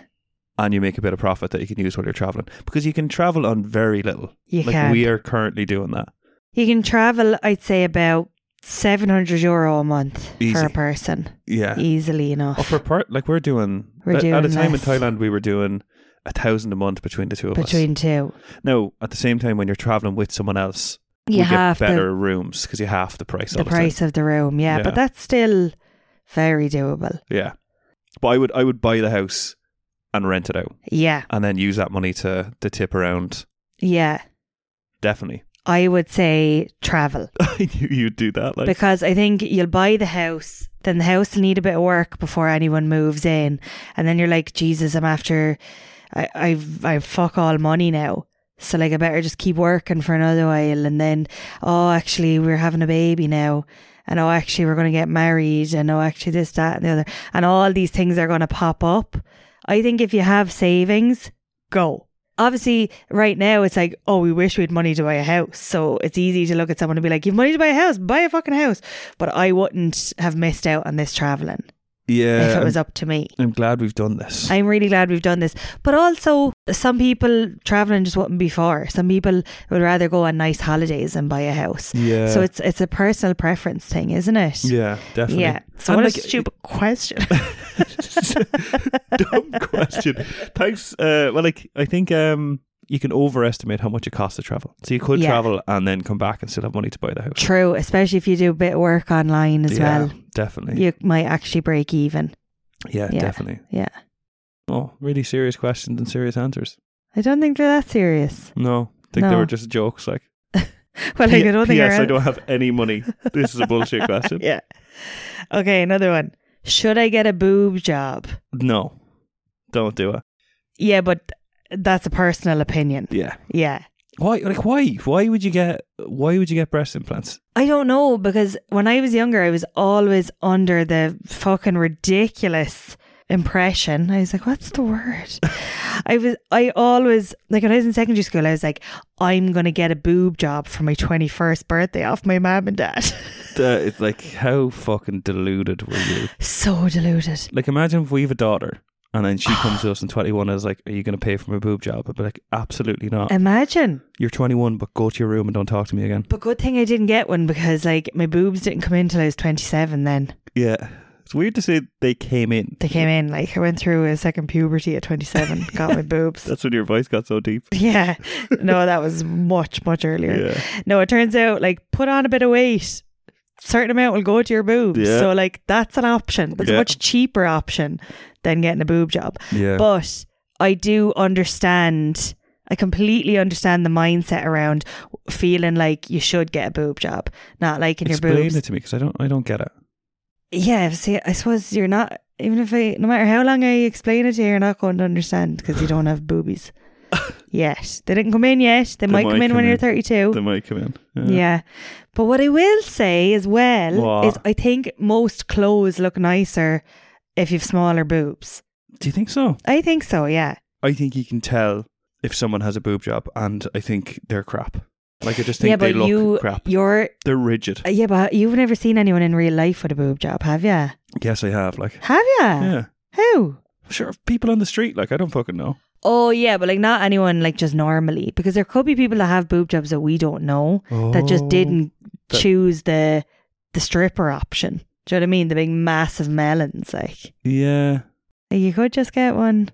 and you make a bit of profit that you can use while you're traveling because you can travel on very little.
You
like
can.
we are currently doing that.
you can travel. I'd say about seven hundred euro a month for
Easy.
a person,
Yeah.
easily
Oh,
enough.
for part, like we're doing,
We're
at, at a
doing
time
less.
in Thailand, we were doing a thousand a month between the two of us.
between two,
No, at the same time, when you're traveling with someone else,
you
we get
have
better
the,
rooms because you half the price.
the
all time.
price of the room. Yeah,
Yeah.
but that's still very doable.
Yeah. But I would I would buy the house and rent it out
Yeah,
and then use that money to to tip around.
yeah.
Definitely.
I would say travel.
I knew you'd do that. Like
because I think you'll buy the house, then the house will need a bit of work before anyone moves in, and then you're like, Jesus, I'm after, I, I've, I fuck all money now. So like, I better just keep working for another while, and then, oh, actually, we're having a baby now, and oh, actually, we're gonna get married, and oh, actually, this, that, and the other, and all these things are gonna pop up. I think if you have savings, go. Obviously, right now it's like, oh, we wish we had money to buy a house. So it's easy to look at someone and be like, you've money to buy a house, buy a fucking house. But I wouldn't have missed out on this traveling
Yeah.
if it was
I'm,
up to me.
I'm glad we've done this.
I'm really glad we've done this. But also, some people traveling just wouldn't be for. Some people would rather go on nice holidays and buy a house.
yeah.
So it's it's a personal preference thing, isn't it?
Uh, Yeah, definitely.
Yeah. So
And
what
like-
a stupid question.
dumb question. Thanks. Uh, well, like I think um, you can overestimate how much it costs to travel. So you could
Yeah.
travel and then come back and still have money to buy the house.
True, especially if you do a bit of work online as
yeah,
well.
definitely.
You might actually break even.
Yeah,
yeah.
definitely.
Yeah.
Oh, really serious questions and serious answers.
I don't think they're that serious.
No, I think they
No.
were just jokes. Like
Well, like, I don't think
P.S.
they're-
I don't have any money. This is a bullshit question.
yeah. Okay, another one. Should I get a boob job?
No, don't do it.
Yeah, but that's a personal opinion.
Yeah.
Yeah.
Why? Like why? Why would you get? Why would you get breast implants?
I don't know because when I was younger, I was always under the fucking ridiculous impression. I was like, what's the word? I was, I always, like when I was in secondary school, I was like, I'm going to get a boob job for my 21st birthday off my mum and dad.
The- it's like how fucking deluded were you?
so deluded.
Like imagine if we have a daughter and then she comes to us in twenty one and is like, "Are you going to pay for my boob job?" I'd be like, "Absolutely not.
Imagine.
You're twenty one, but go to your room and don't talk to me again."
But good thing I didn't get one because like my boobs didn't come in till I was 27 then.
Yeah. It's weird to say they came in.
They came in like I went through a second puberty at 27, got my boobs.
That's when your voice got so deep.
Yeah. No, that was much much earlier.
Yeah.
No, it turns out like put on a bit of weight. Certain amount will go to your boobs.
Yeah.
So like that's an option. That's
Yeah.
a much cheaper option than getting a boob job.
Yeah.
But I do understand I completely understand the mindset around feeling like you should get a boob job, not liking
Explain
your boobs.
it to me because I don't. I don't get it.
Yeah, see, I suppose you're not. Even if I, no matter how long I explain it to you, you're not going to understand because you don't have boobies yet. They didn't come in yet. They, might come in when you're 32.
They might come in.
Oh. yeah. But what I will say as well
What?
is I think most clothes look nicer if you've smaller boobs.
Do you think so?
I think so, yeah.
I think you can tell if someone has a boob job, and I think they're crap. Like I just think
yeah,
they
but
look
you,
crap.
you're,
They're rigid.
uh, yeah, but you've never seen anyone in real life with a boob job, have you?
yes, I have. Like,
Have you?
yeah,
Who?
sure. People on the street, like I don't fucking know.
Oh yeah, but like not anyone like just normally because there could be people that have boob jobs that
Oh.
we don't know that just didn't
that-
choose the the stripper option. Do Do you know what I mean? The big massive melons. Like,
Yeah.
you could just get one.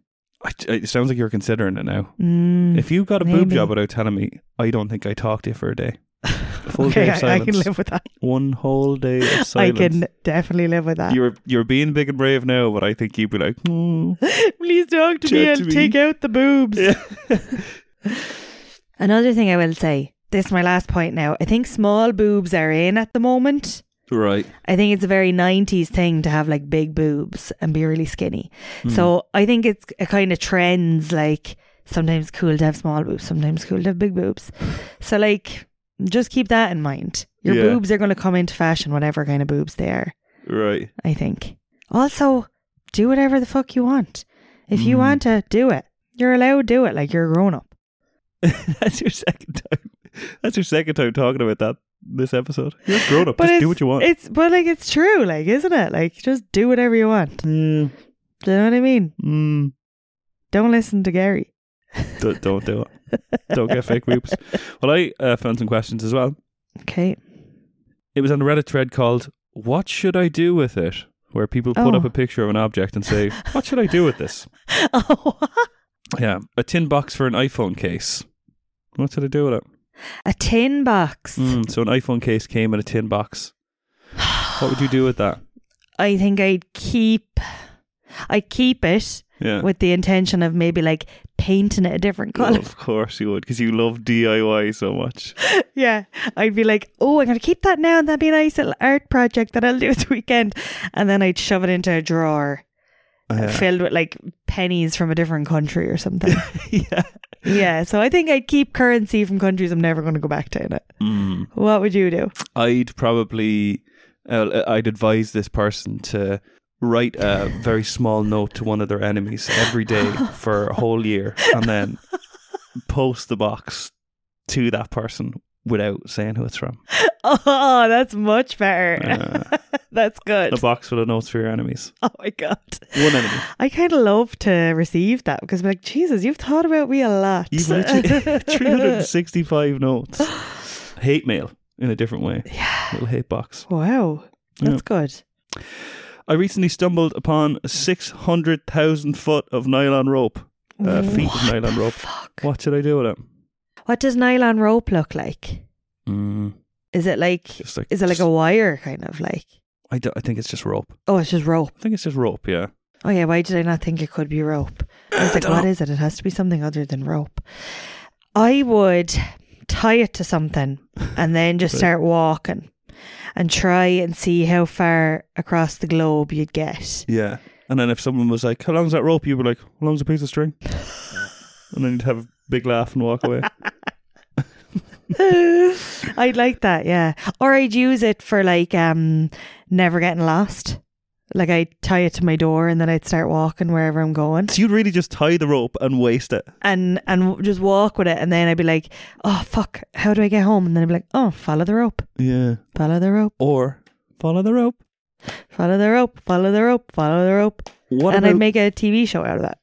I, it sounds like you're considering it now.
Mm.
If you got a boob
Maybe.
job without telling me, I don't think I talked to you for a day. A full
okay,
day of
I, I
silence.
can live with that.
One whole day of silence.
I uh, can definitely live with that.
You're you're being big and brave now, but I think you'd be like, "Hmm."
Please talk to me
Chat
and
to me.
take out the boobs.
Yeah.
Another thing I will say, this is my last point now. I think small boobs are in at the moment.
right.
I think it's a very 90s thing to have like big boobs and be really skinny.
Hmm.
So I think it's a kind of trends like sometimes cool to have small boobs, sometimes cool to have big boobs. So like just keep that in mind. Your
Yeah.
boobs are going to come into fashion whatever kind of boobs they are,
Right.
I think. Also, do whatever the fuck you want. If you
Mm.
want to do it, you're allowed to do it like you're a grown up.
That's your second time. That's your second time talking about that this episode. You're a grown up. Just do
it's-
what you want.
It's but like it's true, like isn't it? Like just do whatever you want.
Mm,
Do you know what I mean?
mm.
Don't listen to Gary.
Don't, don't do it. Don't get fake boobs. Well, I uh, found some questions as well.
Okay.
It was on a Reddit thread called "What Should I Do with It," where people put
Oh.
up a picture of an object and say, "What should I do with this?"
Oh,
Yeah, a tin box for an iPhone case. What should I do with it?
a tin box.
Mm, so an iPhone case came in a tin box. What would you do with that?
I think I'd keep. I keep it
Yeah.
with the intention of maybe like painting it a different
Well,
color.
of course you would, because you love DIY so much.
yeah, I'd be like, "Oh, I'm gonna keep that now, and that'd be a nice little art project that I'll do this weekend." And then I'd shove it into a drawer
Yeah.
filled with like pennies from a different country or something.
yeah.
yeah, so I think I'd keep currency from countries I'm never gonna go back to in it.
Mm.
What would you do?
I'd probably, uh, I'd advise this person to write a very small note to one of their enemies every day for a whole year, and then post the box to that person without saying who it's from.
Oh, that's much better.
Uh,
that's good.
a box full of notes for your enemies.
Oh my god.
One enemy.
I kind of love to receive that because I'm like, Jesus, you've thought about me a lot.
You've literally 365 notes. Hate mail in a different way.
yeah.
Little hate box.
Wow. That's
Yeah.
good.
I recently stumbled upon 600,000 foot of nylon rope. Uh, feet
what
of nylon
the
rope.
Fuck. What?
What should I do with it?
does nylon rope look like?
Mm,
Is it like,
just like,
is it like a wire kind of like?
I, do, I think it's just rope.
Oh, it's just rope.
I think it's just rope, yeah.
Oh yeah, why did I not think it could be rope? I was like,
don't
what
know.
is it? It has to be something other than rope. I would tie it to something and then just
Right.
start walking and try and see how far across the globe you'd get.
Yeah. And then if someone was like, How long's that rope? You'd be like, How long's a piece of string? and then you'd have a big laugh and walk away.
I'd like that, yeah. Or I'd use it for like um never getting lost. Like I'd tie it to my door and then I'd start walking wherever I'm going
so you'd really just tie the rope and waste it.
and and w- just walk with it and then I'd be like, "Oh fuck, how do I get home?" And then I'd be like, "Oh, follow the rope.
Yeah.
Follow the rope.
Or follow the rope.
Follow the rope. Follow the rope. Follow the rope."
What
and
about
I'd make a TV show out of that.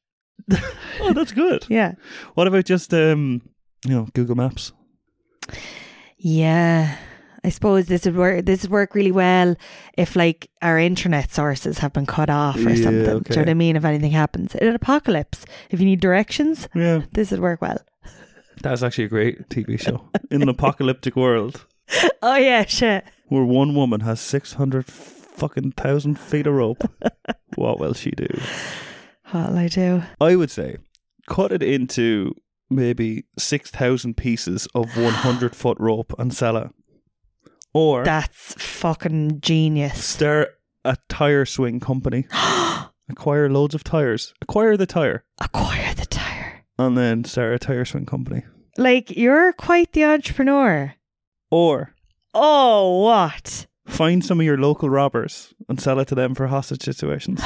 Oh, that's good.
Yeah.
What about just um, you know, Google Maps?
Yeah. I suppose this would work. This would work really well if, like, our internet sources have been cut off or
Yeah,
something. Do you
okay.
know what I mean? If anything happens in an apocalypse, if you need directions,
Yeah,
this would work well.
that's actually a great TV show. In an apocalyptic world
Oh yeah, shit.
where one woman has six hundred fucking thousand feet of rope, what will she do?
What'll I do?
I would say cut it into maybe six thousand pieces of one hundred foot rope and sell it, or
That's fucking genius.
start a tire swing company, acquire loads of tires, acquire the tire,
Acquire the tire.
and then start a tire swing company.
Like you're quite the entrepreneur.
Or
Oh what?
find some of your local robbers and sell it to them for hostage situations.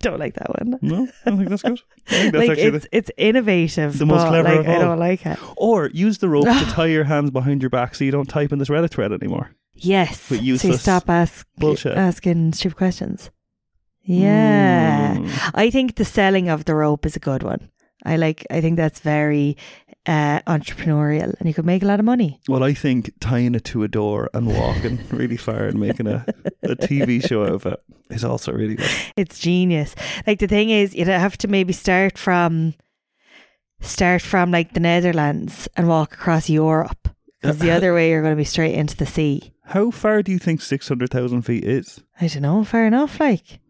Don't like that one.
No, I don't think that's good. I think that's
Like
actually
it's it's innovative.
the most
but,
clever
like,
of
I
all.
don't like it.
the- or use the rope to tie your hands behind your back so you don't type in this Reddit thread anymore.
Yes.
But
so you
useless
stop ask,
bullshit.
asking stupid questions. Yeah.
Mm. Hmm.
I think the selling of the rope is a good one. I like I think that's very uh, entrepreneurial and you could make a lot of money.
Well, I think tying it to a door and walking really far and making a, a TV show out of it is also really good.
It's genius. Like the thing is, you'd have to maybe start from start from like the Netherlands and walk across Europe. Because the other way, you're going to be straight into the sea.
How far do you think 600,000 feet is?
I don't know. Fair enough. Like,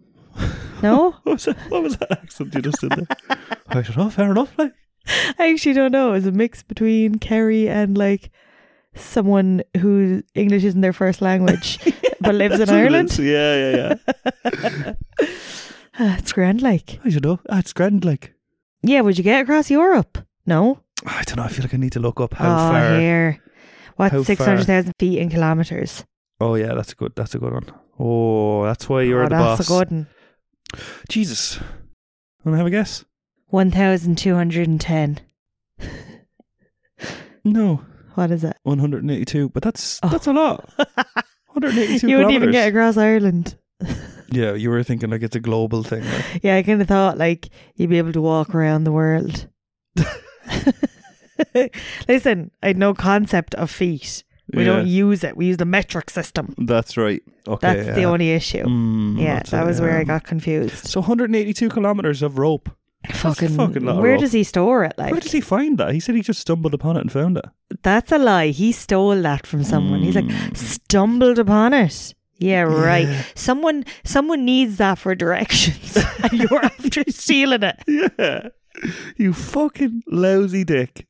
no,
What was that, what was that accent you just did there? I don't know, fair enough. Like.
I actually don't know. It's a mix between Kerry and like someone whose English isn't their first language but lives in
That's what it
Ireland.
is. Yeah, yeah, yeah.
Ah, it's grand, like.
I don't know. That's grand, like.
Yeah, would you get across Europe? No.
I don't know. I feel like I need to look up how
oh,
far.
here.
how
What's
far?
600,000 feet in kilometres?
Oh, yeah, that's a good. That's a good one. Oh, that's why you're
oh,
the
that's
boss.
a good one.
Jesus. Want to have a guess?
1,210.
No,
What is it?
182. But that's
Oh.
that's a lot. 182
you wouldn't even
kilometers.
get across Ireland.
Yeah, you were thinking like it's a global thing. Like.
Yeah, I kind of thought like you'd be able to walk around the world. Listen, I had no concept of feet. We
Yeah.
don't use it. We use the metric system.
That's right. Okay.
That's the
yeah.
only issue.
Mm,
yeah,
that's
that
it,
was where
yeah.
I got confused.
So 182 kilometers of rope.
fucking,
fucking lot of
where
rope.
does he store it? Like
Where does he find that? He said he just stumbled upon it and found it. Hmm.
that's a lie. He stole that from someone. He's like stumbled upon it. Yeah, right.
Mm. Yeah.
Someone someone needs that for directions. and you're after stealing it.
Yeah. You fucking lousy dick.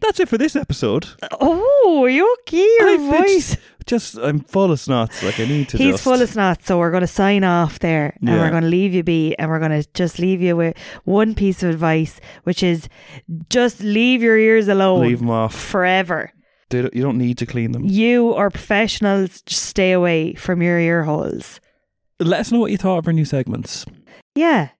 That's it for this episode.
Oh, are you okay? Your
I've been
voice.
Just, just- I'm full of snots. Like I need to.
He's
just-
full of snot, so we're going to sign off there and
Yeah.
we're going to leave you be and we're going to just leave you with one piece of advice, which is just leave your ears alone
Leave them off.
forever.
They don't- you don't need to clean them.
You or professionals just stay away from your ear holes.
Let us know what you thought of our new segments
Yeah,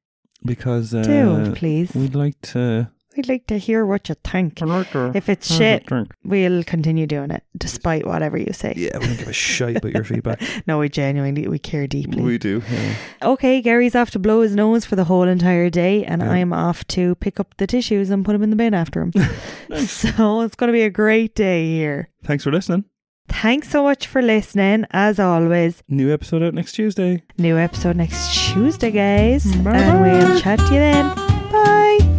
because uh,
do please.
we'd like to.
We'd like to hear what you think. If
Uh-huh.
it's shit, we'll continue doing it despite whatever you say.
Yeah, we don't give a shite about your feedback.
No, we genuinely we care deeply.
do. yeah.
okay, Gary's off to blow his nose for the whole entire day, and
Yeah.
I'm off to pick up the tissues and put them in the bin after him. So it's going to be a great day here.
Thanks for listening.
Thanks so much for listening. As always,
New episode out next Tuesday.
new episode next Tuesday, guys.
Bye-bye.
And we'll chat to you then. Bye.